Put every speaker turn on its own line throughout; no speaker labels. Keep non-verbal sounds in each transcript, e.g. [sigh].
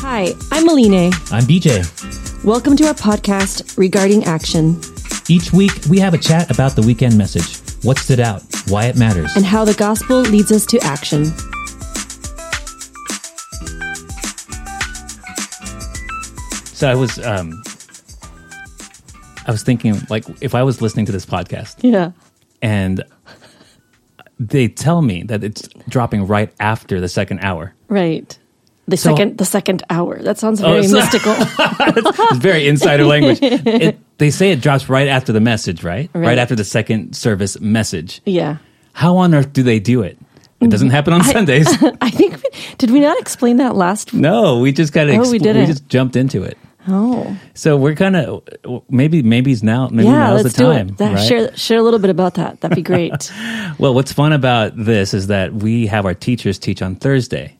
Hi, I'm Aline.
I'm BJ.
Welcome to our podcast regarding action
Each week, we have a chat about the weekend message, what stood out, why it matters.
and how the gospel leads us to action.
So I was, um, I was thinking, like, if I was listening to this podcast
Yeah.
and they tell me that it's dropping right after the second hour,
Right. The
So- Oh,
second the second hour. That sounds very
so-
mystical. [laughs]
[laughs] it's very insider language. It, they say it drops right after the message, right? right?
Right.
after the second service message.
yeah.
How on earth do they do it? It doesn't happen
[laughs]
on Sundays.
I think did we not explain that last
no, we just kind of
Oh, we didn't.
just jumped into it.
Oh.
So we're kind of maybe maybe's now maybe
yeah,
now's
let's
the time.
do it. That-
right?
Share share a little bit about that.
[laughs]
That'd be great.
Well, what's fun about this is that we have our teachers teach on Thursday.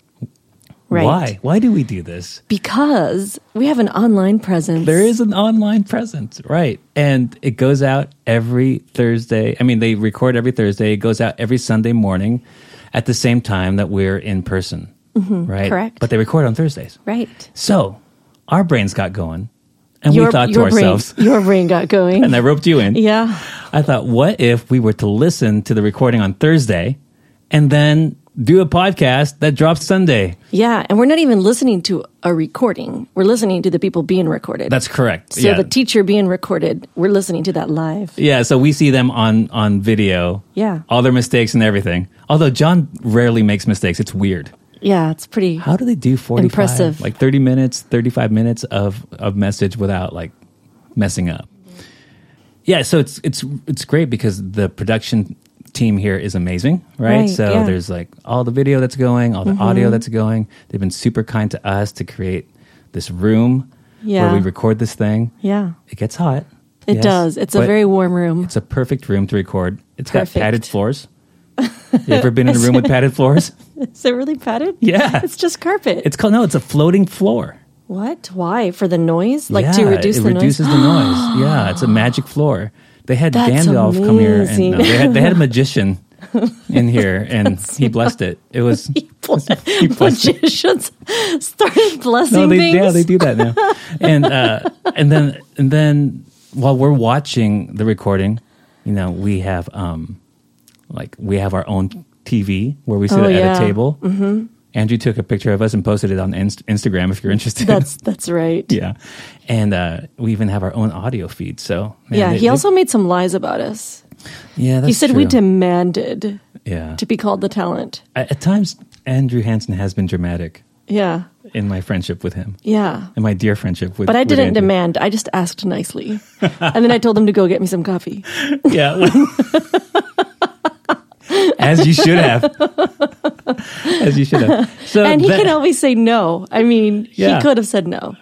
Right.
Why? Why do we do this?
Because we have an online presence.
There is an online presence, right? And it goes out every Thursday. I mean, they record every Thursday. It goes out every Sunday morning at the same time that we're in person, right?
Mm-hmm. correct.
But they record on Thursdays.
right.
So our brains got going, and we thought to
your brain-
ourselves,
[laughs] your brain got going.
and I roped you in.
yeah.
I thought, what if we were to listen to the recording on Thursday and then do a podcast that drops Sunday?
Yeah, and we're not even listening to a recording. We're listening to the people being recorded.
That's correct.
so
yeah.
the teacher being recorded, we're listening to that live.
yeah, so we see them on on video.
Yeah.
All their mistakes and everything. Although John rarely makes mistakes. It's weird.
Yeah, it's pretty
How do they do 45
Impressive.
like 30 minutes, 35 minutes of of message without like messing up? Yeah, so it's it's it's great because the production team here is amazing, right?
Right,
so
yeah. Mm-hmm.
there's like all the video that's going, all the audio that's going. They've been super kind to us to create this room
Yeah.
where we record this thing.
Yeah.
It gets hot.
It
yes,
does. It's a
but
very warm room. [laughs]
it's a perfect room to record. It's
Perfect.
got padded
[laughs]
floors. you ever been in a room with padded floors?
Is it really padded?
Yeah.
[laughs] It's just carpet.
It's called no, it's a floating floor.
what? Why? For the noise? Like to
Yeah,
reduce
it
the [laughs]
reduces
noise? [gasps]
the noise. Yeah, it's a magic floor. They had
That's
Gandalf come here, and no,
amazing.
they, had, they had a
[laughs]
magician in here, and he blessed it.
[laughs]
It was [laughs] he blessed it.
Magicians [laughs] started blessing
No, they
things.
yeah they do that now, and uh, and then and then while we're watching the recording, you know we have um like we have our own TV where we sit
Oh,
at
yeah.
a table. Mm-hmm. Andrew took a picture of us and posted it on Inst- Instagram. If you're
[laughs]
interested,
That's that's right.
[laughs] yeah and uh we even have our own audio feed so man,
Yeah,
they-
he also made some lies about us.
they- yeah that's
He said we
true.
demanded
yeah
to be called the talent.
at, at times andrew hansen has been dramatic
Yeah.
in my friendship with him
Yeah.
in my dear friendship with
But I
with
didn't
Andrew.
demand. I just asked
[laughs]
nicely. and then I told them to go get me some coffee.
yeah [laughs] well- as you
[laughs]
should have as you should have so
And he
that-
can always say no. I mean,
Oh, Yeah.
he could have said no.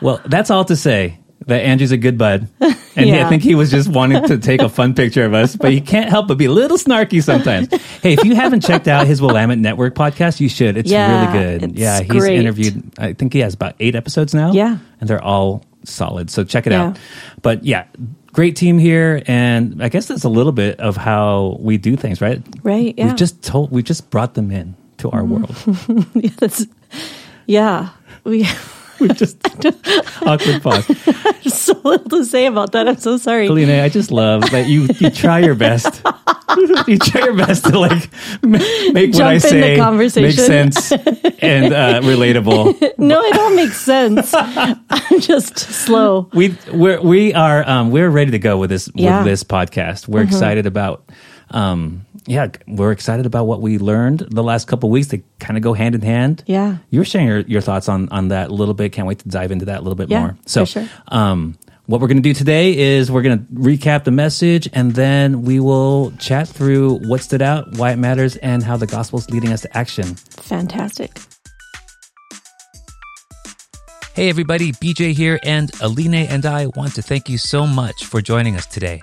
well that's all to say that andrew's a good
[laughs]
bud and he-
Yeah.
i think he was just wanting to take a fun picture of us but he can't help but be a little snarky sometimes hey if you haven't checked out his willamette network podcast you should it's
Yeah,
really good
it's
yeah he's
great.
interviewed i think he has about eight episodes now
Yeah.
and they're all solid so check it
Yeah.
out but yeah great team here and i guess that's a little bit of how we do things right
Right, yeah. Mm-hmm.
we've just told we've just brought them in to our world
[laughs]
[laughs]
yeah, that's, yeah. We
we've just awkward pause
have [laughs] so little to say about that. I'm so sorry.
Colleen, I just love that you you try your
[laughs]
best. you try your best to like ma- make what
Jump
I
in the
say make
conversation.
sense and uh, relatable.
No, it all makes sense. [laughs] I'm just slow.
We we're, we are um, we're ready to go with this
Yeah. Mm-hmm.
with this podcast. We're excited about um, yeah, we're excited about what we learned the last couple weeks. They kind of go hand in hand.
Yeah.
you were sharing your, your thoughts on on that a little bit. Can't wait to dive into that a little bit
Yeah,
more. So,
for sure.
um, what we're going to do today is we're going to recap the message, and then we will chat through what stood out, why it matters, and how the gospel's leading us to action.
Fantastic.
Hey, everybody, BJ here, and Aline and I want to thank you so much for joining us today.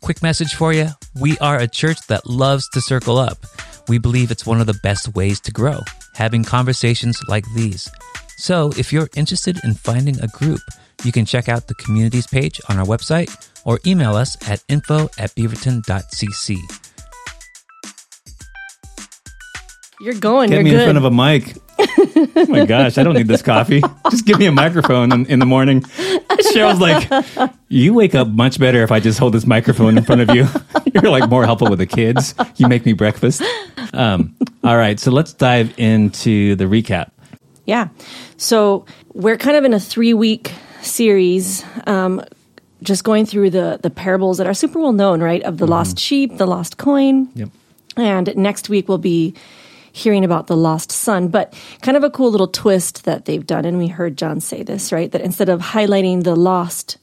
Quick message for you we are a church that loves to circle up. We believe it's one of the best ways to grow, having conversations like these. So, if you're interested in finding a group, you can check out the communities page on our website or email us at info at beaverton.cc.
You're going.
Get
You're
me
good.
in front of a mic.
Oh my gosh, I don't need this coffee. Just give me a microphone in, in the morning. Cheryl's like, You wake up much better if I just hold this microphone in front of you. [laughs] You're like more helpful with the kids. You make me breakfast. Um, all right, so let's dive into the recap.
Yeah. So we're kind of in a three week series, um, just going through the, the parables that are super well known, right? Of the lost sheep, the lost coin.
Mm-hmm. Yep.
And next week we'll be hearing about the lost son, but kind of a cool little twist that they've done. And we heard John say this, right? That instead of highlighting the lost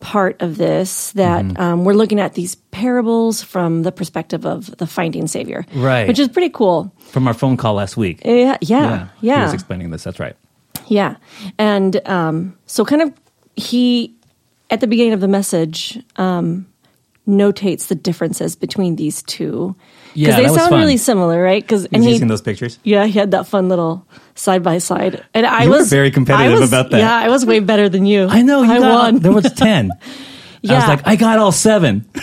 part of this, that
Mm-hmm.
um, we're looking at these parables from the perspective of the finding savior,
Right.
Which is pretty cool.
From our phone call last week.
Yeah, yeah,
He
yeah.
was explaining this. That's right.
Yeah. And um, so, kind of, he, at the beginning of the message, um, notates the differences between these two.
Yeah,
they
that was
sound
fun.
really similar, right? Because
He's
and he,
using those pictures.
yeah, he had that fun little side by side, and I
You were
was
very competitive
I was-
about that.
Yeah, I was way better than you.
I know. You
I
got,
won.
There [laughs] was 10. I was
Yeah.
like, I got all seven. [laughs]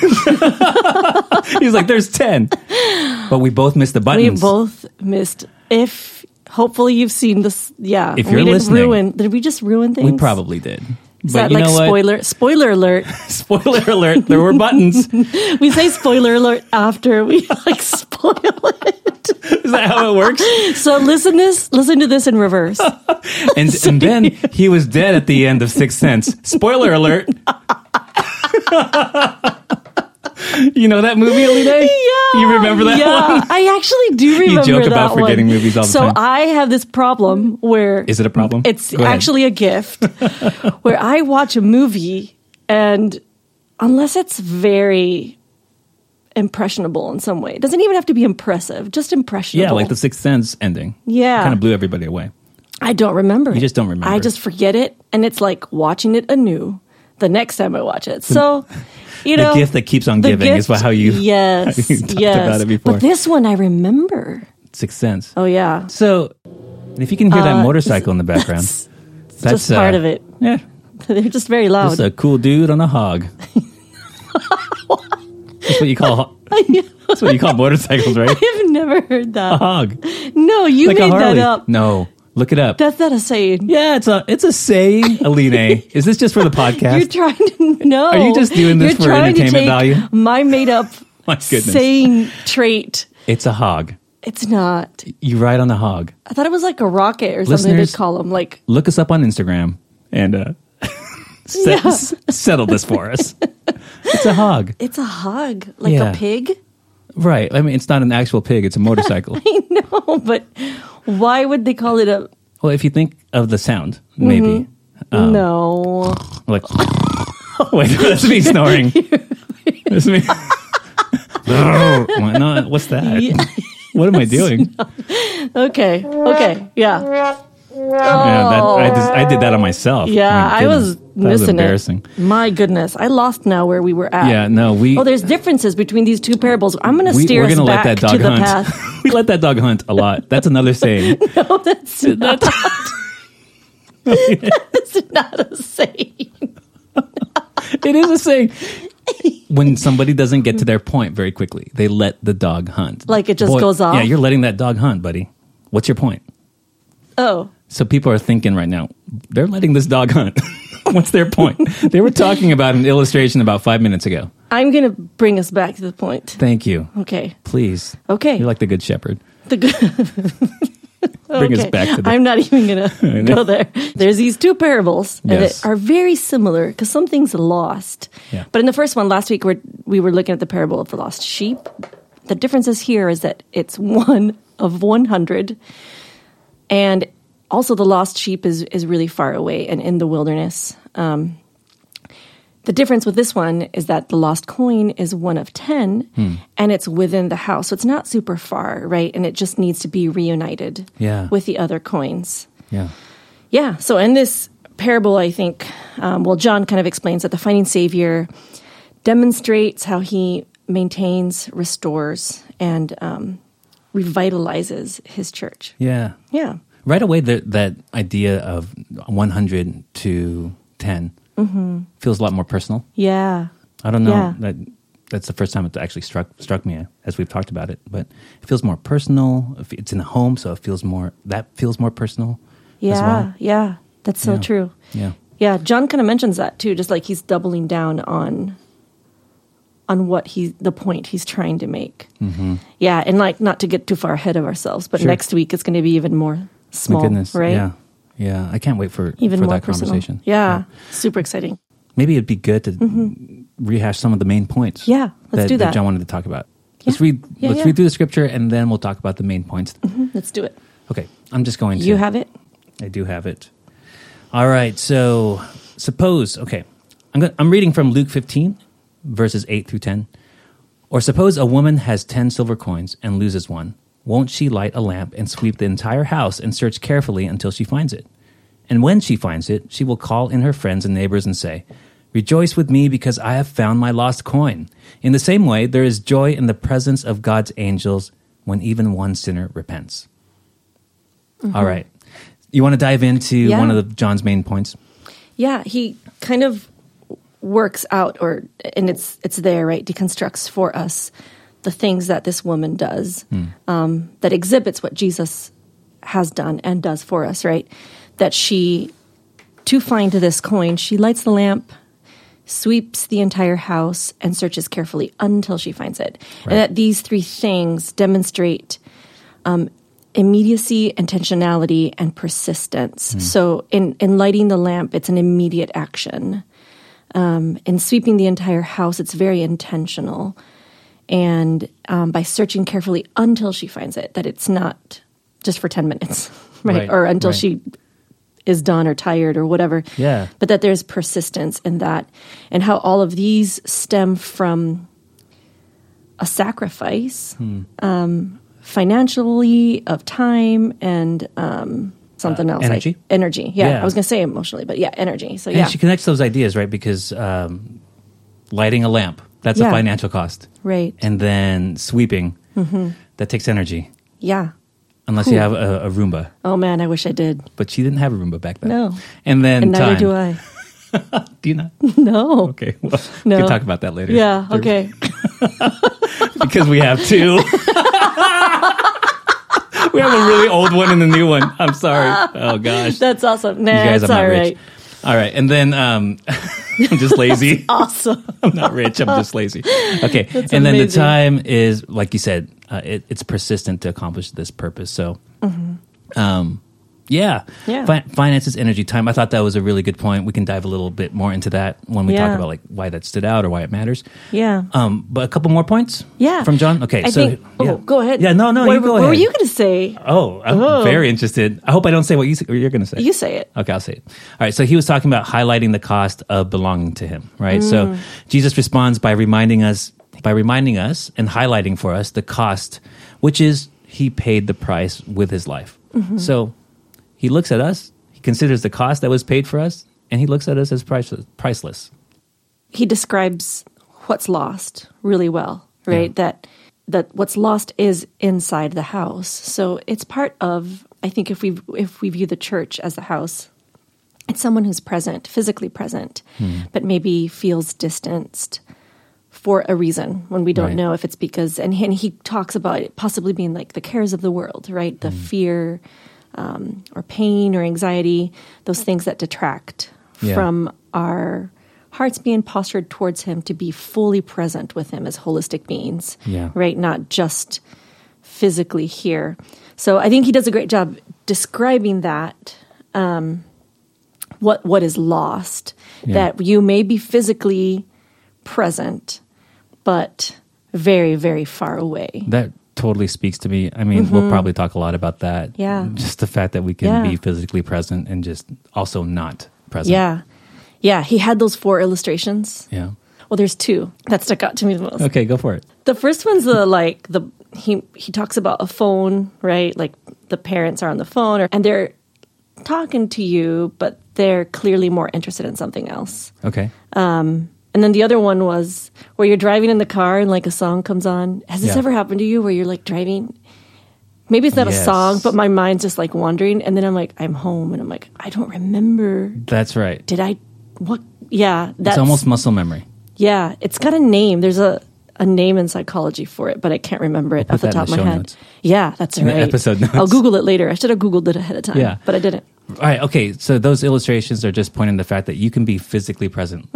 He's like, there's 10. But we both missed the
we
buttons.
both missed. If hopefully you've seen this, yeah.
If
we
you're
didn't
listening-
ruin, did we just ruin things?
we probably did.
Is that like spoiler spoiler alert?
Spoiler alert, there
[laughs]
were buttons. Is
we say spoiler alert after we like [laughs] spoil it.
that how it works?
So listen this, listen to this in [laughs] reverse.
And, and then he was dead at the end of Sixth Sense. Spoiler alert. you know that movie, Alina?
Yeah,
You remember that
yeah.
one?
I actually do remember
joke
that
about
one.
forgetting movies all the
so
time.
I have this problem where
Is it a problem?
It's
Go ahead.
actually a
[laughs]
gift where I watch a movie and unless it's very impressionable in some way, it doesn't even have to be impressive, just impressionable.
Yeah, like the Sixth Sense ending.
Yeah.
Kind of blew everybody away.
I don't remember. You
just don't remember.
I just forget it, and it's like watching it anew the next time I watch it.
[laughs]
So, you
The
know,
gift that keeps on giving is how you- [laughs]
yes
how you talked
yes.
about it before.
But this one I remember.
Sixth Sense.
Oh yeah, Uh,
So, and if you can hear that motorcycle in the background,
[laughs]
that's,
just part
uh,
of it. [laughs] Oh.
Yeah,
They're just very loud. [laughs]
that's a cool dude on a hog. that's what you call that's what you call motorcycles, right?
I've never heard
[laughs]
that.
Hog,
No, you
like a
made that
Harley.
up.
No, look it up.
That's not a saying.
yeah, it's a it's a say,
[laughs]
Aline. Is this just for the podcast?
You're trying to [laughs] no.
Are you just doing this
You're
for
trying to
entertainment
take
value?
[laughs] My made up
[laughs] My goodness.
saying trait.
it's a hog.
It's not.
You ride on a hog.
I thought it was like a rocket or something. They
Listeners-
call them like
Look us up on Instagram and uh, [laughs] se-
Yeah.
s- settle this for us. It's a hog,
It's a hog, like
Yeah.
a pig. [laughs]
right? I mean, it's not an actual pig; it's a motorcycle.
No, Oh, but why would they call it a
Well, if you think of the sound, maybe Oh.
no?
like [laughs] wait, that's
[laughs]
me snoring. that's me. [laughs] Why not? What's that?
Yeah.
What
[laughs]
am I doing?
Okay, okay, yeah,
Yeah, that, I, just, I did that on myself.
yeah.
My
I was
goodness. that was
missing
embarrassing.
it. My goodness, I lost now where we were at.
Yeah, no, we
Oh, there's differences between these two parables. I'm going to
we
steer
we're
us
gonna let
back
that dog
to the path. [laughs]
hunt. [laughs] we let that dog hunt a lot. That's another saying.
No,
[laughs]
that's not. that's not a saying.
it is
[laughs]
a saying. When somebody doesn't get to their point very quickly, they let the dog hunt.
Like it just goes off?
Yeah, you're letting that dog hunt, buddy. What's your point?
Oh,
So people are thinking right now, they're letting this dog hunt. [laughs] What's
[laughs]
their point? they were talking about an illustration about five minutes ago.
I'm going to bring us back to the point.
Thank you.
Okay,
Please.
okay.
You're like the good shepherd.
The good.
Bring us
Okay.
back to the-
I'm not even
[laughs]
gonna
know.
go there. There's these two parables
Yes.
that are very similar because something's lost.
Yeah.
But in the first one last week, we're, we were looking at the parable of the lost sheep. The difference is here is that it's one of 100, and also the lost sheep is is really far away and in the wilderness. Um, the difference with this one is that the lost coin is one of 10 and it's within the house. So it's not super far, right? And it just needs to be reunited
Yeah.
with the other coins.
Yeah.
Yeah. So in this parable, I think, um, well, John kind of explains that the finding Savior demonstrates how he maintains, restores, and um, revitalizes his church.
Yeah.
Yeah.
Right away, the, that idea of 100 to 10 feels a lot more personal.
Yeah.
I don't know.
Mm-hmm. Yeah.
That that's the first time it's actually struck struck me as we've talked about it. But it feels more personal. If It's in the home, so it feels more that feels more personal. as
Yeah,
well.
yeah, that's so
Yeah.
true.
yeah.
Yeah, John kind of mentions that too, just like he's doubling down on on what he the point he's trying to make. Yeah, and like not to get too far ahead of ourselves, but
Mm-hmm. Sure.
next week it's going to be even more small,
My goodness,
right?
yeah, yeah. I can't wait for
Even
for
more
that
personal.
conversation.
Yeah, super exciting.
maybe it'd be good to rehash some of the main points.
Mm-hmm. Yeah, let's do that.
John wanted to talk about. Let's
Yeah.
read.
Yeah,
let's
yeah.
read through the scripture, and then we'll talk about the main points.
Mm, Let's do it.
Okay, I'm just going. to.
You have it.
I do have it. All right. So suppose. Okay, I'm going I'm reading from Luke 15, verses 8 through 10. Or suppose a woman has 10 silver coins and loses one. Won't she light a lamp and sweep the entire house and search carefully until she finds it? And when she finds it, she will call in her friends and neighbors and say, Rejoice with me because I have found my lost coin. In the same way, there is joy in the presence of God's angels when even one sinner repents. All right. You want to dive into
Mm-hmm. Yeah.
one of the, John's main points?
Yeah, he kind of works out or and it's it's there, right? Deconstructs for us the things that this woman does um, that exhibits what Jesus has done and does for us, right? That she to find this coin, she lights the lamp, sweeps the entire house, and searches carefully until she finds it. And that these three things demonstrate um, immediacy, intentionality, and persistence. So, in, in lighting the lamp, it's an immediate action. Um, in sweeping the entire house, it's very intentional. And um, by searching carefully until she finds it, that it's not just for 10 minutes, [laughs] right?
Right,
or until
right.
she is done or tired or whatever.
Yeah.
But that there's persistence in that. And how all of these stem from a sacrifice
Hmm.
um, financially, of time, and um, something else.
Uh, energy?
Like energy. Yeah,
Yeah.
I was going to say emotionally, but yeah, energy. So,
And
yeah.
she connects those ideas, right? Because um, lighting a lamp, that's a
Yeah.
financial cost.
right.
And then sweeping,
Mm-hmm.
that takes energy,
yeah.
unless you have a, a Roomba.
Oh, man, I wish I did.
But she didn't have a Roomba back then.
No.
And then
And neither
time.
do I. [laughs]
Do you not?
No.
Okay.
[laughs]
Well,
No.
we can talk about that later.
Yeah, okay.
[laughs] because we have two. [laughs] we have a really old one and a new one. I'm sorry.
[laughs]
Oh, gosh.
That's awesome. Nah,
you guys,
it's
I'm not
all right.
rich. All right. And then um, [laughs] I'm just lazy.
Awesome. [laughs]
I'm not rich. I'm just lazy. Okay. and then the
amazing.
time is, like you said, uh, it, it's persistent to accomplish this purpose. So, um, yeah.
Mm-hmm. Yeah.
Fi- finances, energy, time. I thought that was a really good point. We can dive a little bit more into that when we
Yeah.
talk about like why that stood out or why it matters.
Yeah.
Um, but a couple more points.
yeah.
From John. Okay.
I
so
think, oh,
yeah.
go ahead.
Yeah. No. No.
What,
you go
what
ahead.
were you going to say?
Oh, I'm
Whoa.
very interested. I hope I don't say what you, what you're going to say.
You say it.
Okay, I'll say it. All right, so he was talking about highlighting the cost of belonging to him, right?
Mm.
So Jesus responds by reminding us by reminding us and highlighting for us the cost, which is he paid the price with his life.
Mm-hmm.
So he looks at us, he considers the cost that was paid for us, and he looks at us as priceless. priceless.
he describes what's lost really well, right? That that what's lost is inside the house. So it's part of I think if we if we view the church as the house, it's someone who's present, physically present, but maybe feels distanced for a reason when we don't
Right.
know if it's because and he, and he talks about it possibly being like the cares of the world, right? The fear um, or pain or anxiety, those things that detract
Yeah.
from our hearts being postured towards him to be fully present with him as holistic beings
Yeah.
right not just physically here so i think he does a great job describing that um, what what is lost
Yeah.
that you may be physically present but very very far away
That totally speaks to me. I mean, we'll probably talk a lot about that.
Mm-hmm. Yeah.
Just the fact that we can
Yeah.
be physically present and just also not present.
yeah yeah he had those four illustrations
Yeah.
well there's two that stuck out to me the most
Okay, go for it.
The first one's the like the he he talks about a phone, right? Like the parents are on the phone or, and they're talking to you, but they're clearly more interested in something else.
Okay.
And then the other one was where you're driving in the car and like a song comes on. Has this
Yeah.
ever happened to you where you're like driving? Maybe it's not
Yes.
a song, but my mind's just like wandering and then I'm like I'm home and I'm like I don't remember.
That's right.
Did I what yeah, that's
it's almost muscle memory.
yeah, it's got a name. There's a a name in psychology for it, but I can't remember it
put
off the
that in
top
the
of my
show
head.
notes.
Yeah, that's
the
right.
episode notes.
I'll Google it later. I should have Googled it ahead of time,
Yeah.
but I didn't.
All right. Okay.
So those illustrations are just pointing to the fact that you can be physically present,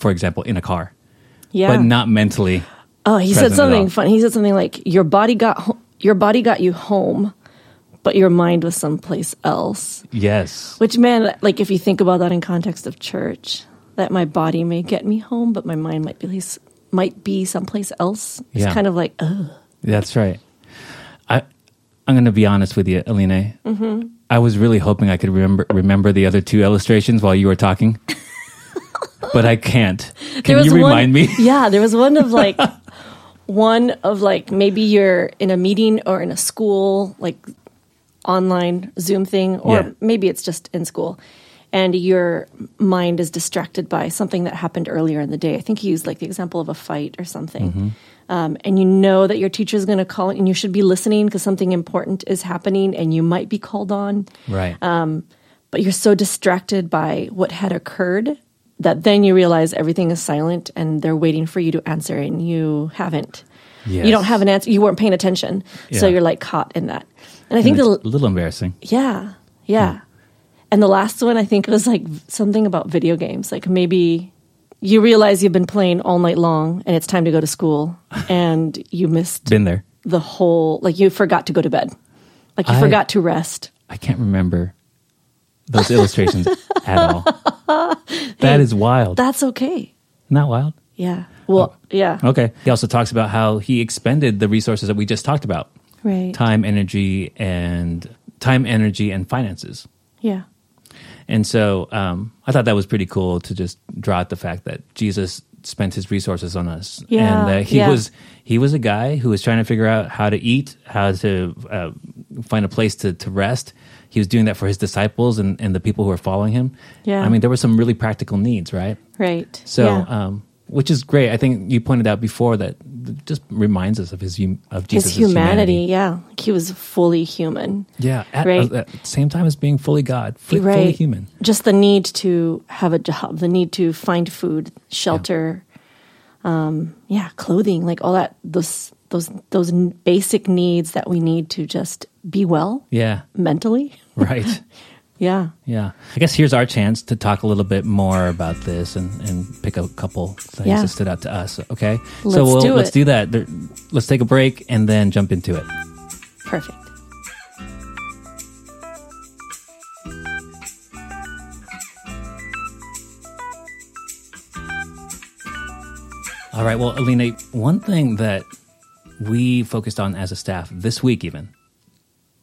for example, in a car,
Mm-hmm. Yeah.
but not mentally.
oh, he
present
said
at all.
something funny. He said something like, "Your body got ho- your body got you home, but your mind was someplace else."
Yes.
Which, man, like if you think about that in context of church, that my body may get me home, but my mind might be might be someplace else. It's
Yeah.
kind of like, ugh.
That's right. I I'm going to be honest with you, Aline. Mm-hmm. I was really hoping I could remember remember the other two illustrations while you were
[laughs]
talking, but I can't.
There
Can you
was one-
remind me?
[laughs] Yeah, there was
[laughs]
one of like one of like maybe you're in a meeting or in a school like online Zoom thing, or
Yeah.
maybe it's just in school, and your mind is distracted by something that happened earlier in the day. I think he used like the example of a fight or something.
Mm-hmm.
Um, and you know that your teacher is going to call, and you should be listening because something important is happening, and you might be called on
Right.
Uh, but you're so distracted by what had occurred that then you realize everything is silent and they're waiting for you to answer and you haven't. You don't
Yes.
have an answer. You weren't paying attention. So
Yeah.
you're like caught in that. And I
And
think the,
it's Hmm. a little embarrassing.
yeah, yeah. And the last one I think was like v- something about video games. Like maybe you realize you've been playing all night long and it's time to go to
[laughs]
school and you missed
Been there.
the whole like you forgot to go to bed. Like you
I-
forgot to rest.
I can't remember
[laughs]
those illustrations at all. That is wild.
That's okay.
Not wild.
Yeah.
Uh,
Well, yeah.
Okay. He also talks about how he expended the resources that we just talked about
Right.
time, energy, and time, energy, and finances.
Yeah.
And so um, I thought that was pretty cool to just draw out the fact that Jesus spent his resources on us,
Yeah,
and uh, he
yeah.
was he was a guy who was trying to figure out how to eat, how to uh, find a place to to rest. He was doing that for his disciples and, and the people who were following him.
Yeah.
I mean, there were some really practical needs, right?
Right.
So,
yeah.
um, which is great. I think you pointed out before that it just reminds us of his hum- of
his
Jesus'
humanity, yeah, Like, he was fully human.
Yeah, at, uh,
Right.
at the same time as being fully God, fully,
right.
fully human.
Just the need to have a job, the need to find food, shelter, um, yeah, clothing, like all that those those those n- basic needs that we need to just be well
Yeah,
mentally.
right. [laughs]
Yeah.
Yeah. I guess here's our chance to talk a little bit more about this and, and pick a couple things
Yeah.
that stood out to us. Okay. so
Let's
we'll,
do
let's
it.
do that. There- Let's take a break and then jump into it.
Perfect.
All right. Well, Alina, one thing that we focused on as a staff this week, even,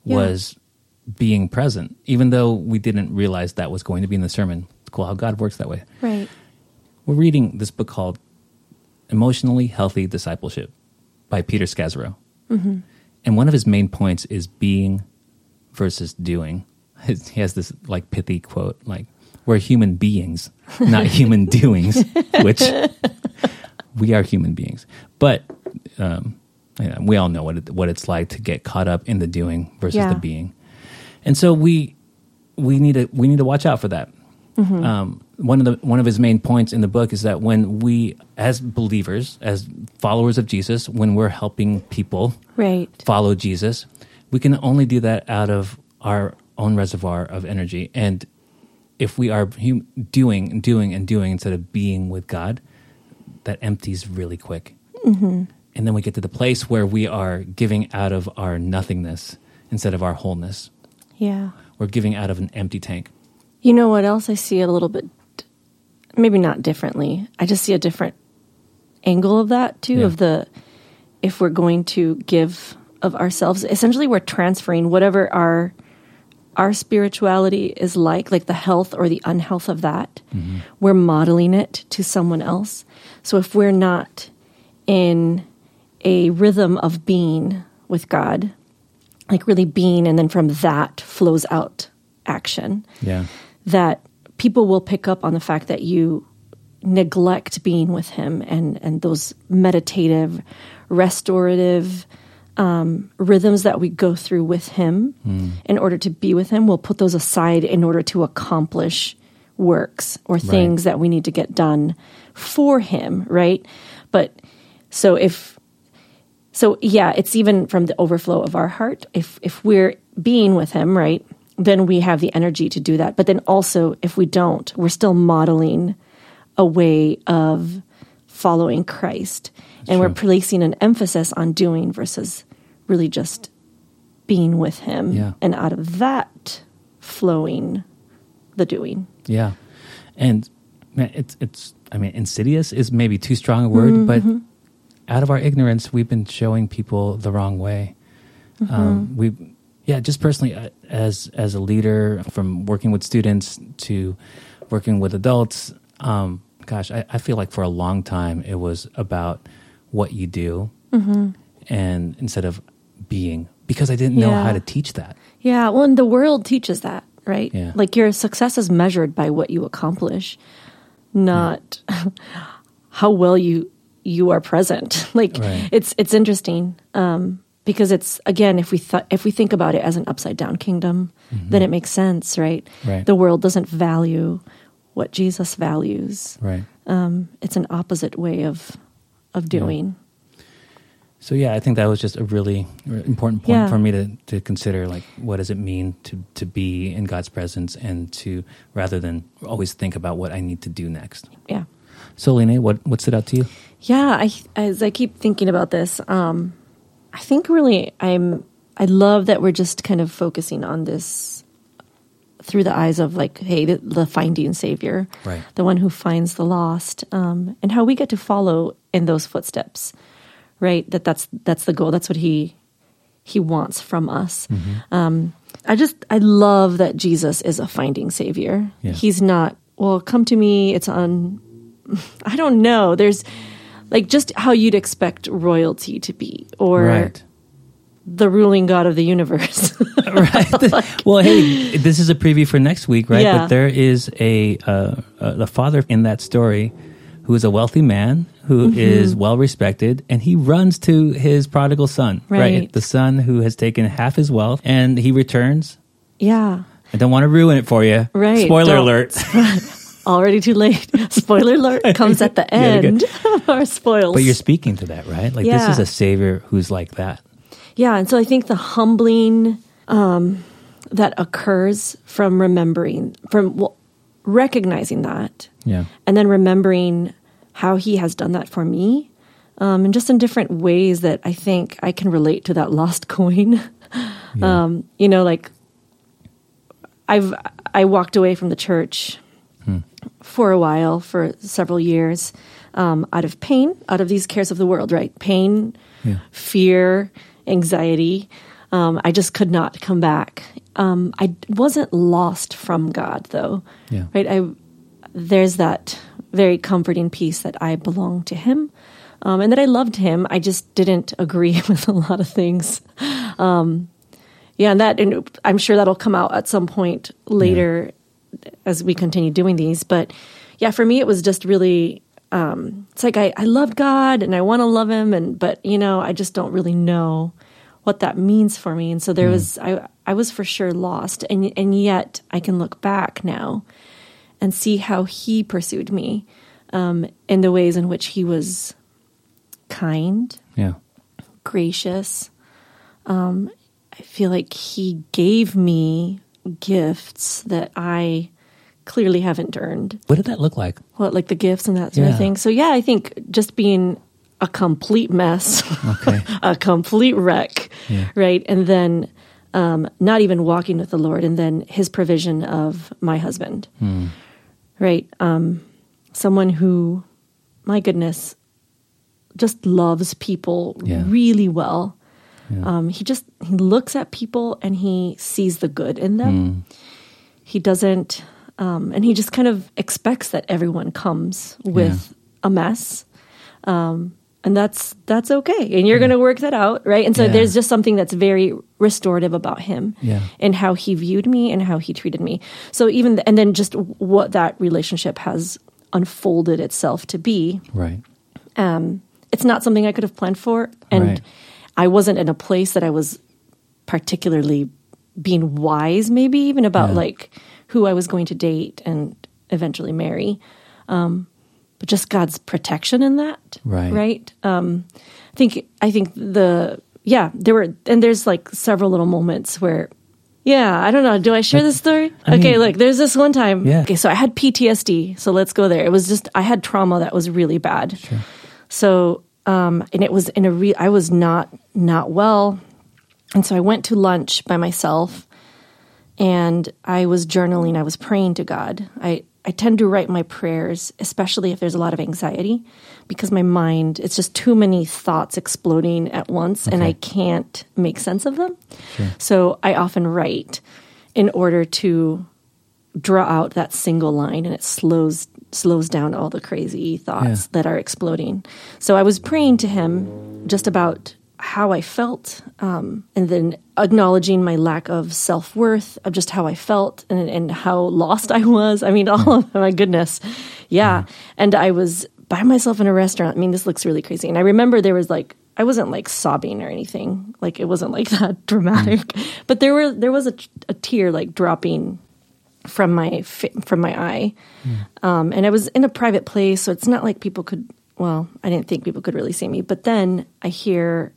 Yeah.
was being present, even though we didn't realize that was going to be in the sermon. It's cool how God works that way.
Right.
We're reading this book called Emotionally Healthy Discipleship by Peter Scazzaro. And one of his main points is being versus doing. His- He has this like pithy quote, like, we're human beings, not human doings, which we are human beings. But um, yeah, we all know what, it, what it's like to get caught up in the doing versus
Yeah.
the being. And so we, we, need, to, we need to watch out for that um, one of the one of his main points in the book is that when we as believers as followers of jesus when we're helping people
Right.
follow jesus we can only do that out of our own reservoir of energy and if we are hum- doing and doing and doing instead of being with god that empties really quick and then we get to the place where we are giving out of our nothingness instead of our wholeness
Yeah.
we're giving out of an empty tank
You know what else? I see it a little bit, maybe not differently. I just see a different angle of that too.
Yeah.
Of the, if we're going to give of ourselves, essentially we're transferring whatever our our spirituality is like, like the health or the unhealth of that. We're modeling it to someone else. So if we're not in a rhythm of being with God, like really being, and then from that flows out action
yeah
that people will pick up on the fact that you neglect being with him and and those meditative restorative um, rhythms that we go through with him in order to be with him we'll put those aside in order to accomplish works or things that we need to get done for him right but So if so yeah, it's even from the overflow of our heart. If if we're being with him, right, then we have the energy to do that. But then also if we don't, we're still modeling a way of following Christ. and we're placing an emphasis on doing versus really just being with him.
Yeah.
And out of that flowing the doing.
Yeah, and man, it's it's. I mean, insidious is maybe too strong a word, but out of our ignorance, we've been showing people the wrong way. Um, we, yeah, just personally uh, as as a leader, from working with students to working with adults. Um, gosh, I, I feel like for a long time it was about what you do, and instead of being, because I didn't know
Yeah.
how to teach that.
Yeah, well, and the world teaches that, right?
Yeah.
Like your success is measured by what you accomplish, not [laughs] how well you you are present. [laughs] Like
Right.
it's it's interesting um, because it's again, if we th- if we think about it as an upside down kingdom, then it makes sense, right?
Mm-hmm. Right.
The world doesn't value what Jesus values. Um,
Right.
It's an opposite way of of doing.
So yeah, I think that was just a really important point
Yeah.
for me to, to consider. Like, what does it mean to to be in God's presence and to rather than always think about what I need to do next.
Yeah.
So, Lene, what what stood out to you?
Yeah, I as I keep thinking about this, um, I think really I'm I love that we're just kind of focusing on this through the eyes of like, hey, the, the finding savior,
Right.
the one who finds the lost, um, and how we get to follow in those footsteps, right? That that's that's the goal. That's what he he wants from us.
Mm-hmm.
Um, I just I love that Jesus is a finding savior.
Yeah.
He's not well, come to me. It's on [laughs] I don't know. There's like just how you'd expect royalty to be or the ruling god of the universe. [laughs]
right. well, hey, this is a preview for next week, right?
Yeah.
But there is a uh, uh, the father in that story who is a wealthy man who
Mm-hmm.
is well respected, and he runs to his prodigal son,
Right.
The son who has taken half his wealth, and he returns.
yeah.
I don't want to ruin it for you.
Right.
Spoiler
Don't.
alert.
[laughs] Already too late. [laughs] Spoiler alert comes at the
[laughs] Yeah, you
end [laughs] or spoils.
But you're speaking to that, right? Like this
Yeah.
is a savior who's like that.
yeah. And so I think the humbling um, that occurs from remembering, from well, recognizing that
Yeah.
and then remembering how he has done that for me um, and just in different ways that i think i can relate to that [laughs] lost coin um, you know like i've i walked away from the church
Hmm.
for a while for several years um, out of pain out of these cares of the world right pain
Yeah.
fear anxiety um, i just could not come back um, i wasn't lost from god though
Yeah.
right i there's that very comforting piece that I belong to him um, and that I loved him. I just didn't [laughs] agree with a lot of things. Um, yeah, and that, and I'm sure that'll come out at some point later as we continue doing these. But yeah, for me, it was just really. Um, it's like I, I love God and I want to love Him, and but you know I just don't really know what that means for me. And so there was I I was for sure lost, and and yet I can look back now and see how he pursued me um, in the ways in which he was kind,
Yeah.
gracious. Um, I feel like he gave me gifts that I clearly haven't earned.
What did that look like?
What, like the gifts and that sort
Yeah.
of thing. So, yeah, I think just being a complete mess,
Okay.
[laughs] a complete wreck,
Yeah.
right? And then um, not even walking with the Lord, and then his provision of my husband,
Hmm.
right? Um, someone who, my goodness, just loves people
Yeah.
really well. Um, he just he looks at people and he sees the good in them.
Mm.
He doesn't, um, and he just kind of expects that everyone comes with a mess Um, and that's that's okay and you're going to work that out right and so
Yeah.
there's just something that's very restorative about him
Yeah.
and how he viewed me and how he treated me so even and then just what that relationship has unfolded itself to be
right.
it's not something i could have planned for and
Right.
i wasn't in a place that i was particularly being wise maybe even about
Yeah.
like who i was going to date and eventually marry um, but just God's protection in that.
Right.
Right. Um, I think I think the yeah there were and there's like several little moments where yeah I don't know do I share this story?
I
okay,
mean-
look there's this one time.
Yeah.
Um, Okay, so I had PTSD. So let's go there. It was just I had trauma that was really bad. Sure. So um, and it was in a re- I was not not well, and so I went to lunch by myself and I was journaling. I was praying to God. I, I tend to write my prayers, especially if there's a lot of anxiety, because my mind, it's just too many thoughts exploding at once and I can't make sense of them. So I often write in order to draw out that single line and it slows slows down all the crazy thoughts
Yeah.
that are exploding. So I was praying to him just about how I felt, um, and then acknowledging my lack of self worth of just how I felt and and how lost I was. I mean, [laughs] all of my goodness, yeah. And I was by myself in a restaurant. I mean, this looks really crazy. And I remember there was like I wasn't like sobbing or anything. Like it wasn't like [laughs] that dramatic, but there were there was a, a tear like dropping from my fi- from my eye, um, and I was in a private place, so it's not like people could. Well, I didn't think people could really see me, but then I hear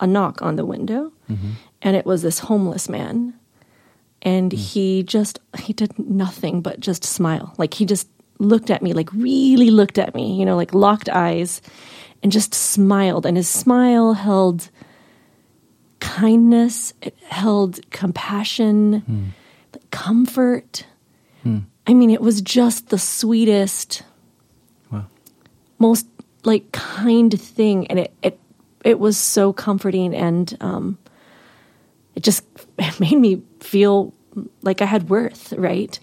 a knock on the window, and it was this homeless man, and he just he did nothing but just smile, like he just looked at me, like really looked at me, you know, like locked eyes, and just smiled, and his smile held kindness, it held compassion, comfort. I mean, it was just the sweetest,
Wow.
most like kind thing, and it it it was so comforting, and um, it just [laughs] it made me feel like I had worth, right?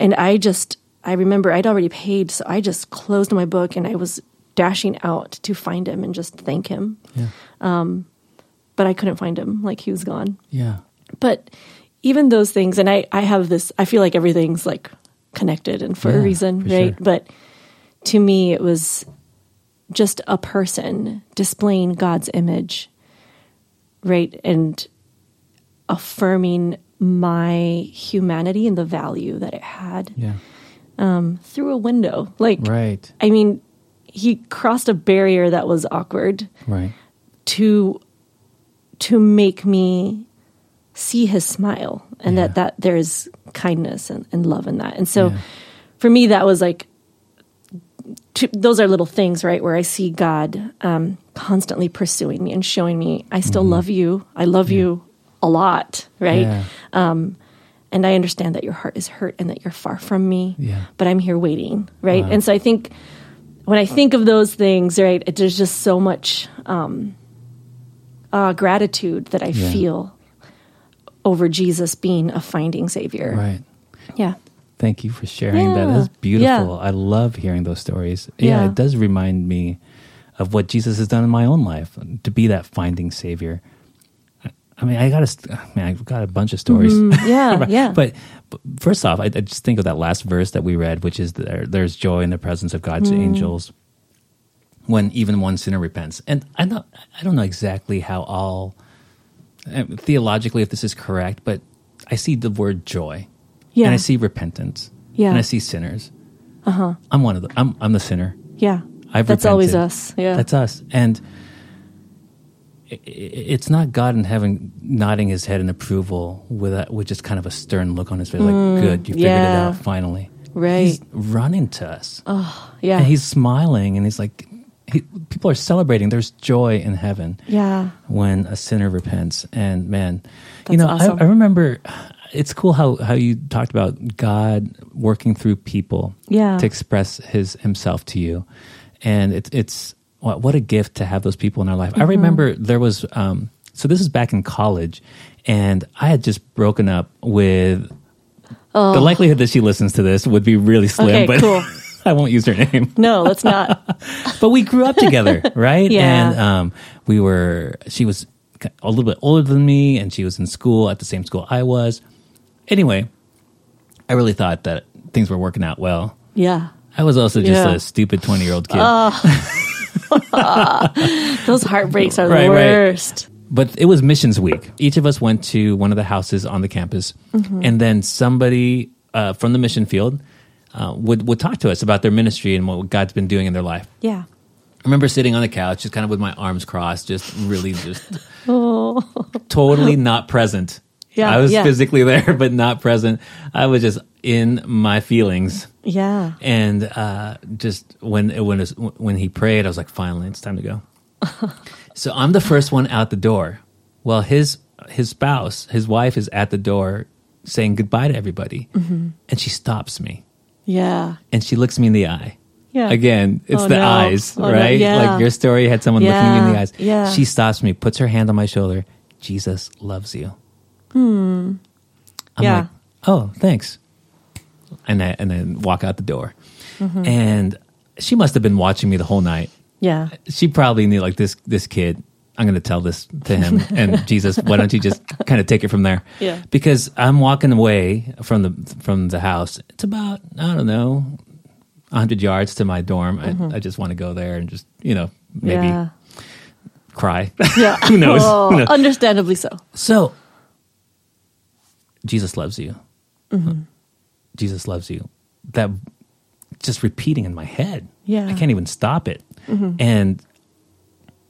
And I just I remember I'd already paid, so I just closed my book and I was dashing out to find him and just thank him. Um, but I couldn't find him; like he was gone
Yeah.
but even those things and i i have this i feel like everything's like connected and for a
Yeah,
reason
for
right
sure.
but to me it was just a person displaying god's image right and affirming my humanity and the value that it had
Yeah.
through a window like
Right.
i mean he crossed a barrier that was awkward
Right.
to to make me see his smile and that that there is kindness and, and love in that and so
Yeah.
for me that was like to, those are little things right where i see god um, constantly pursuing me and showing me i still love you i love you a lot right
Mm-hmm. Yeah.
and I understand that your heart is hurt and that you're far from me,
Yeah.
but I'm here waiting, right? And so I think when I think of those things, right, it, there's just so much um, uh, gratitude that I
Yeah.
feel over Jesus being a finding savior.
Right.
Yeah.
Thank you for sharing that.
Yeah.
That's beautiful.
Yeah.
I love hearing those stories. Yeah,
Yeah.
it does remind me of what Jesus has done in my own life to be that finding savior. I- I mean, I got a, st- I mean, I've got a bunch of stories.
Mm,
[laughs]
Yeah. Yeah.
But, but first off, I, I just think of that last verse that we read, which is there, there's joy in the presence of God's
Mm.
angels when even one sinner repents. And I don't, I don't know exactly how all uh, theologically if this is correct, but I see the word joy,
Yeah.
and I see repentance,
Yeah. Uh-huh.
and I see sinners. Uh huh. I'm one of the. I'm I'm the sinner.
yeah.
I've
That's always
repented.
us. Yeah.
That's us. And i- i- it's not God in heaven nodding his head in approval with a, with just kind of a stern look on his face, like, "Good, you figured
Mm, yeah.
it out finally."
Right. Uh-huh.
He's running to us,
yeah.
and he's smiling, and he's like, he, "People are celebrating. There's joy in heaven."
yeah.
when a sinner repents. And man, you
That's
know,
awesome.
I, I remember it's cool how, how you talked about God working through people
Yeah.
to express his himself to you. And it's it's what, what a gift to have those people in our life. I
Mm-hmm.
remember there was um, so this is back in college and I had just broken up with the likelihood that she listens to this would be really slim,
Oh. Okay,
but
cool.
[laughs] I won't use her name
No, let's not.
but we grew up
[laughs]
together, right?
Yeah.
And um, we were, she was a little bit older than me, and she was in school at the same school I was. Anyway, I really thought that things were working out well.
yeah.
I was also just
Yeah. Uh.
a stupid 20 year old kid.
Those heartbreaks are
Right,
the
right.
worst.
but it was missions week. Each of us went
Mm-hmm.
to one of the houses on the campus, and then somebody uh, from the mission field uh, would would talk to us about their ministry and what God's been doing in their life.
Yeah.
I remember sitting on the couch, just kind of with my arms crossed, just really
[laughs]
just totally not present.
Oh. Yeah,
I was
yeah.
physically there, [laughs] but not present. I was just in my feelings.
Yeah.
And uh, just when it- when it was- when he prayed, I was like, finally, it's time
[laughs]
to go. so I'm the first one out the door. Well, his his spouse, his wife, is at the door saying goodbye to everybody,
Mm-hmm.
and she stops me
Yeah.
and she looks me in the eye.
Yeah.
Again, it's
Oh,
the
no.
eyes,
Oh, no.
right?
Yeah.
Like your story had someone looking me in the
Yeah.
eyes.
Yeah.
She stops me, puts her hand on my shoulder. Jesus loves you. I'm
Hmm. Yeah.
like, oh, thanks. And I, and then walk out the door.
Mm-hmm.
And she must have been watching me the whole night.
Yeah.
She probably knew like this this kid. I'm going to tell this
[laughs]
to him. and Jesus, why don't you just kind of take it from there?
Yeah.
Because I'm walking away from the from the house. It's about I don't know, 100 yards to my dorm. I, I just want to go there and just you know maybe
Mm-hmm. Yeah.
[laughs] cry.
Yeah.
Who knows?
Oh,
Who knows?
Understandably so.
So, Jesus loves you.
Mm-hmm.
Jesus loves you. That just repeating in my head.
Yeah. Mm-hmm.
I can't even stop it. And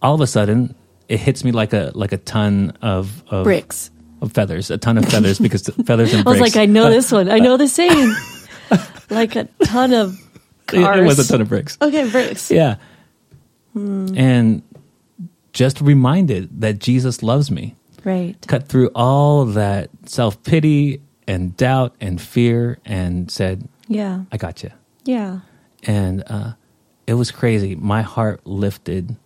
all of a sudden, it hits me like a like a ton of, of
Bricks.
of feathers, a ton of
[laughs]
feathers because feathers and
I
bricks.
was like, I know this one. I know
[laughs]
the same. like a ton of
It-
cars. Hmm.
it was a ton of bricks.
Okay, bricks.
Yeah. And just reminded that Jesus loves me.
Right.
cut through all that self pity and doubt and fear and said,
Yeah.
I got you.
Yeah.
And uh, it was crazy. My heart lifted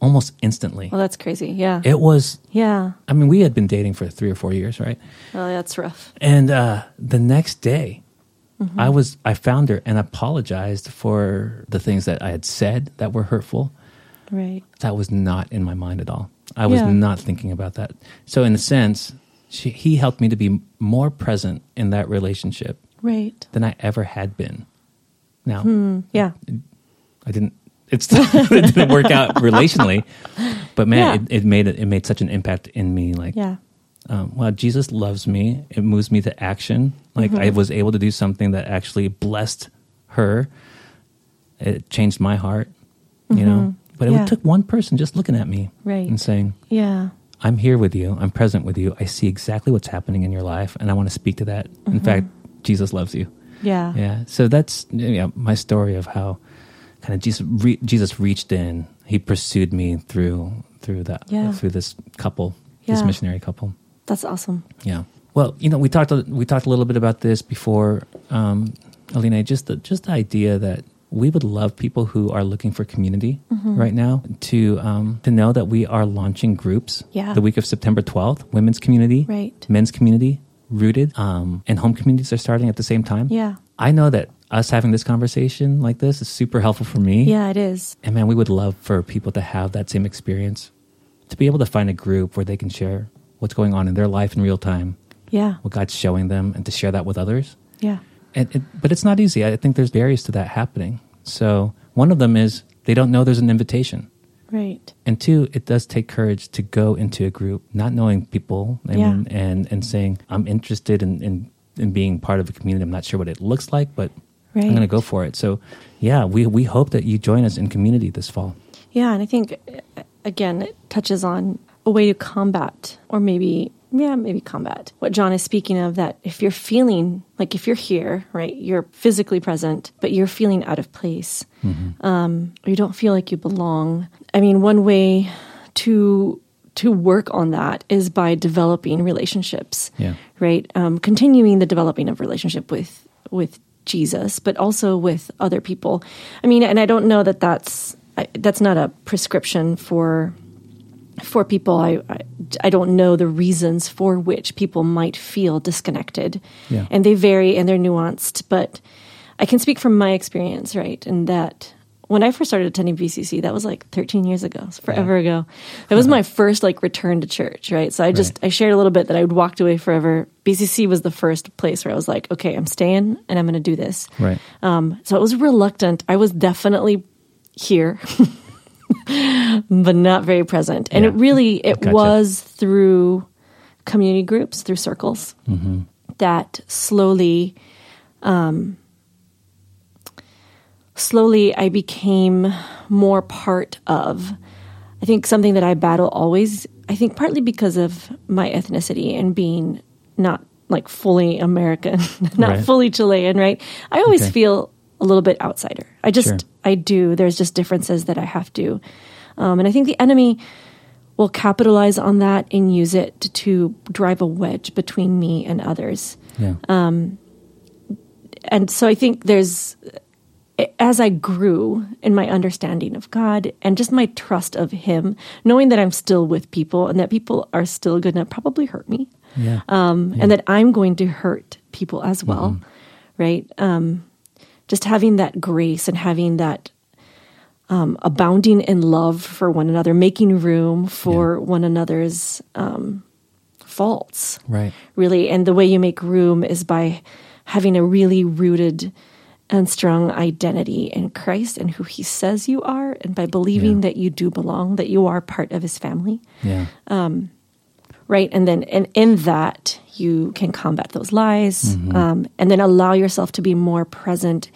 almost instantly.
Well, that's crazy. Yeah.
It was,
yeah.
I mean, we had been dating for three or four years, right?
Oh, that's rough.
And uh, the next day, I was I found her and apologized for the things that I had said that were hurtful.
Right.
that was not in my mind at all. I was
Yeah.
not thinking about that. So in a sense, she, he helped me to be more present in that relationship
Right.
than I ever had been. Now,
Yeah.
I didn't. It's [laughs] it didn't work out relationally, but man,
Yeah.
it, it made it, it made such an impact in me. Like,
Yeah.
um, well, Jesus loves me. It moves me to action. Like I
Mm-hmm.
was able to do something that actually blessed her. It changed my heart, you know. But it
Mm-hmm. Yeah.
took one person just looking at me
Right.
and saying,
Yeah.
"I'm here with you. I'm present with you. I see exactly what's happening in your life, and I want to speak to that. In fact, Jesus loves you."
Mm-hmm. Yeah.
Yeah. So that's yeah, my story of how kind of Jesus re- Jesus reached in. He pursued me through through that
Yeah.
through this couple, this
Yeah.
missionary couple.
That's awesome.
Yeah. Well, you know, we talked a, we talked a little bit about this before, um, Alina. Just the, just the idea that we would love people who are looking for community
Mm-hmm.
right now to um, to know that we are launching groups.
Yeah.
The week of September twelfth, women's community,
Right.
Men's community, rooted, um, and home communities are starting at the same time.
Yeah.
I know that us having this conversation like this is super helpful for me.
Yeah, it is.
And man, we would love for people to have that same experience, to be able to find a group where they can share what's going on in their life in real time,
Yeah.
what God's showing them, and to share that with others.
Yeah.
And it, but it's not easy. I think there's barriers to that happening. So one of them is they don't know there's an invitation.
Right.
And two, it does take courage to go into a group not knowing people and
Yeah.
and, and saying, I'm interested in, in, in being part of a community. I'm not sure what it looks like, but I'm
Right.
going to go for it. So, yeah, we, we hope that you join us in community this fall.
Yeah, and I think uh, again it touches on a way to combat or maybe yeah, maybe combat. What John is speaking of that if you're feeling like if you're here, right, you're physically present, but you're feeling out of place. Um, or you don't feel like you belong. I mean, one way to to work on that is by developing relationships
Yeah.
right um, continuing the developing of relationship with with jesus but also with other people i mean and i don't know that that's I, that's not a prescription for for people I, I i don't know the reasons for which people might feel disconnected
Yeah.
and they vary and they're nuanced but i can speak from my experience right and that when i first started attending bcc that was like 13 years ago it's forever ago that was my first like return to church right so i just i shared a little bit that i would walked away forever bcc was the first place where i was like okay i'm staying and i'm going to do this
Right.
um, so I was reluctant. I was definitely here, [laughs] but not very present. And
Yeah.
it really it
Gotcha.
was through community
Mm-hmm.
groups, through circles, that slowly slowly I became more part of. I think something that I battle always, I think partly because of my ethnicity and being not like fully American, [laughs] not
Right.
fully Chilean, right? I always
Okay.
feel a little bit outsider. I just,
Sure.
I do. There's just differences that I have to. Um, and I think the enemy will capitalize on that and use it to, to drive a wedge between me and others
Yeah.
and so I think there's as I grew in my understanding of God and just my trust of Him, knowing that I'm still with people and that people are still going to probably hurt me,
yeah.
um, and that I'm going to hurt people as well, right? Um, just having that grace and having that um, abounding in love for one another, making room for one another's um, faults,
right.
really. And the way you make room is by having a really rooted and strong identity in Christ and who He says you are, and by believing that you do belong, that you are part of His family, Um,
Yeah.
right? And then, and in that, you can combat those lies, um, and then allow yourself to be more present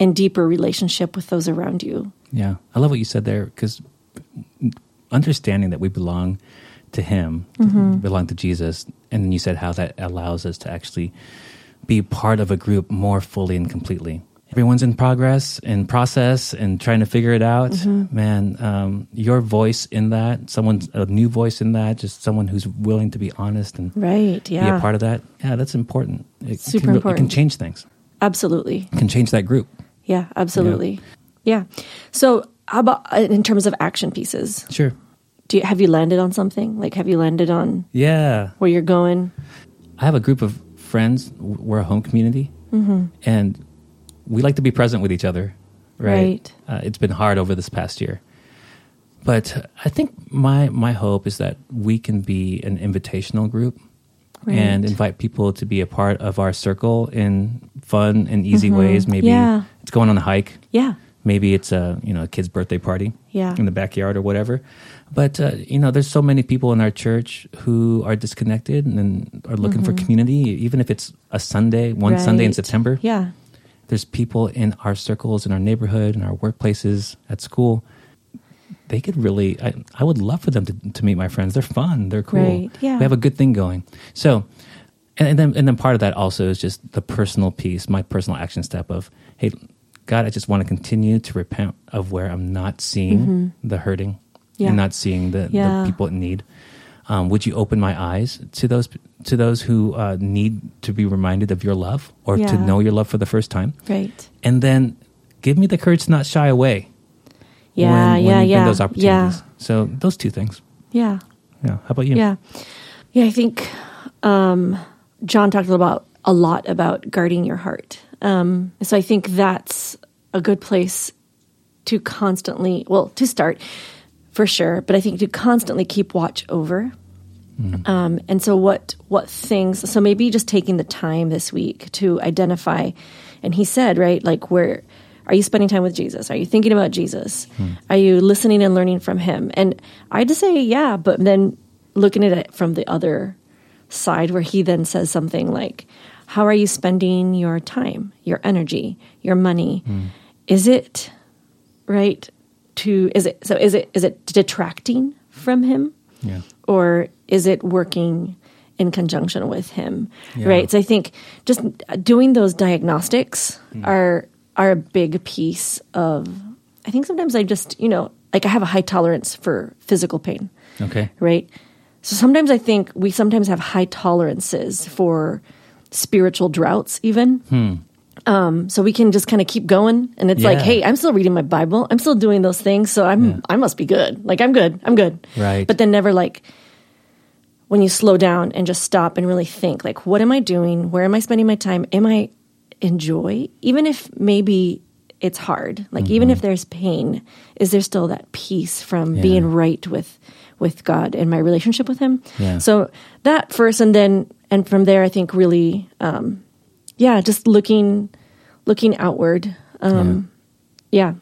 in deeper relationship with those around you.
Yeah, I love what you said there because understanding that we belong to Him,
Mm-hmm.
belong to Jesus, and then you said how that allows us to actually be part of a group more fully and completely. Everyone's in progress and process and trying to figure it out.
Mm-hmm.
Man, um, your voice in that, someone's a new voice in that, just someone who's willing to be honest and
Right?
be a
Yeah.
part of that. Yeah, that's important. It
Super
can, It can
important.
change things.
Absolutely.
It can change that group.
Yeah. Absolutely. Yeah. So, how about in terms of action pieces?
Sure.
do you have you landed on something like have you landed on
Yeah.
where you're going
I have a group of friends. w- We're a home community,
Mm-hmm.
and we like to be present with each other. Right.
Right.
Uh, it's been hard over this past year, but I think my my hope is that we can be an invitational group and
Right.
invite people to be a part of our circle in fun and easy ways. Maybe
Mm-hmm. Yeah.
it's going on a hike.
yeah
Maybe it's a you know a kid's birthday party
Yeah.
in the backyard or whatever. But uh, you know, there's so many people in our church who are disconnected and then are looking for community. Even if it's a Sunday, one Sunday in
Mm-hmm. Right.
September,
yeah
there's people in our circles, in our neighborhood, in our workplaces, at school. They could really. I, I would love for them to, to meet my friends. They're fun. They're cool.
Right, yeah.
We have a good thing going. So, and, and then and then part of that also is just the personal piece, my personal action step of hey, God, I just want to continue to repent of where I'm not seeing the hurting
Mm-hmm. Yeah.
and not seeing the,
Yeah.
the people in need. Um, would you open my eyes to those to those who uh, need to be reminded of your love or to
Yeah.
know your love for the first time?
right
and then give me the courage to not shy away
yeah
when, when
yeah
you've
yeah
been those
yeah
opportunities. So those two things.
yeah
Yeah. How about you?
yeah yeah i think um, john talked about a lot about guarding your heart um, so i think that's a good place to constantly well to start for sure but i think to constantly keep watch over um, and so what what things so maybe just taking the time this week to identify and he said right like where are you spending time with jesus are you thinking about jesus are you listening and learning from him and i just say yeah but then looking at it from the other side where he then says something like how are you spending your time your energy your money is it right to is it so is it is it detracting from him
Yeah.
or is it working in conjunction with him
Yeah.
right so i think just doing those diagnostics
Hmm.
are are a big piece of i think sometimes i just you know like i have a high tolerance for physical pain
Okay.
right so sometimes i think we sometimes have high tolerances for spiritual droughts even um, so we can just kind of keep going and it's like
Hmm. Yeah.
hey i'm still reading my bible i'm still doing those things so i'm i must be good like i'm good i'm good
Right.
but then never like when you slow down and just stop and really think like what am i doing where am i spending my time am i enjoy even if maybe it's hard like
Mm-hmm.
even if there's pain is there still that peace from being right with with god and my relationship with him
Yeah.
so that first and then and from there i think really um yeah just looking looking outward um yeah,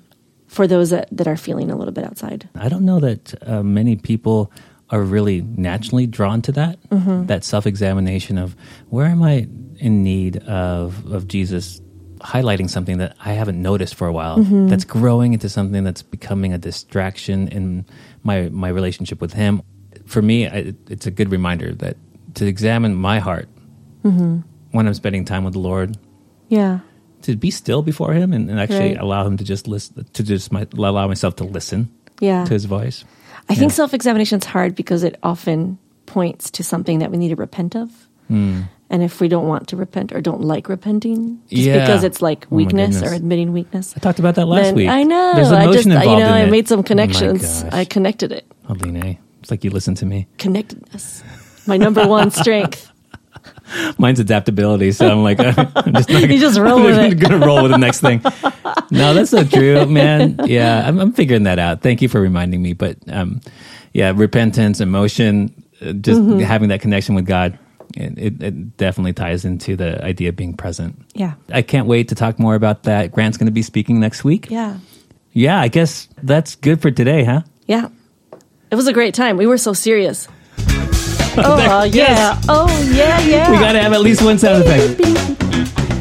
for those that, that are feeling a little bit outside
I don't know that uh, many people are really naturally drawn to that
Mm-hmm.
that self examination of where am I in need of of Jesus highlighting something that I haven't noticed for a while
Mm-hmm.
that's growing into something that's becoming a distraction in my my relationship with him. For me, I, it's a good reminder that to examine my heart
Mm-hmm.
when I'm spending time with the Lord,
Yeah.
to be still before Him and, and actually
Right.
allow Him to just listen, to just my, allow myself to listen
Yeah.
to His voice.
I think
Yeah.
self examination's hard because it often points to something that we need to repent of.
Hmm.
And if we don't want to repent or don't like repenting, just
Yeah.
because it's like
Oh my
weakness or
goodness.
admitting weakness,
I talked about that last
then-
week.
I know.
There's emotion
I just,
involved
you know,
in
I
it.
made
Oh
some
my
connections.
gosh.
I connected it.
Aline, it's like you listen to
[laughs]
me.
Connectedness. My number
[laughs]
one strength.
Mine's adaptability, so I'm like, [laughs] I'm just not
[laughs] You just roll with
I'm
it.
gonna [laughs] roll with the next
[laughs]
thing. No, that's not true, man. Yeah, I'm, I'm figuring that out. Thank you for reminding me. But um, yeah, repentance, emotion, uh, just
Mm-hmm.
having that connection with God, it, it, it definitely ties into the idea of being present.
Yeah.
I can't wait to talk more about that. Grant's going to be speaking next week.
Yeah.
yeah, I guess that's good for today, huh?
Yeah. It was a great time. We were so
[laughs]
serious. Oh, uh, yeah. Oh, yeah, yeah.
We gotta have at least one sound effect.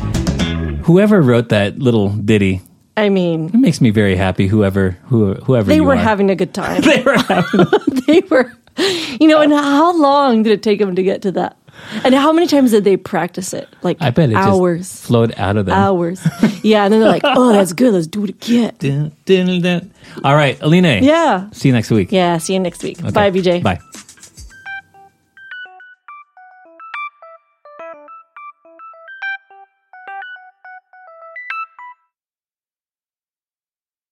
Whoever wrote that little ditty
I mean,
it makes me very happy. Whoever, who, whoever
they
you
were
are.
having
[laughs]
a good time.
they were having.
[laughs] they were you know and how long did it take them to get to that and how many times did they practice it like
I bet it
hours
[laughs] just flowed out of them.
hours yeah and then they're like oh that's good let's do it again
Dun, dun, dun. All right, Aline.
yeah
See you next week.
yeah see you next week
Okay.
bye bj
Bye.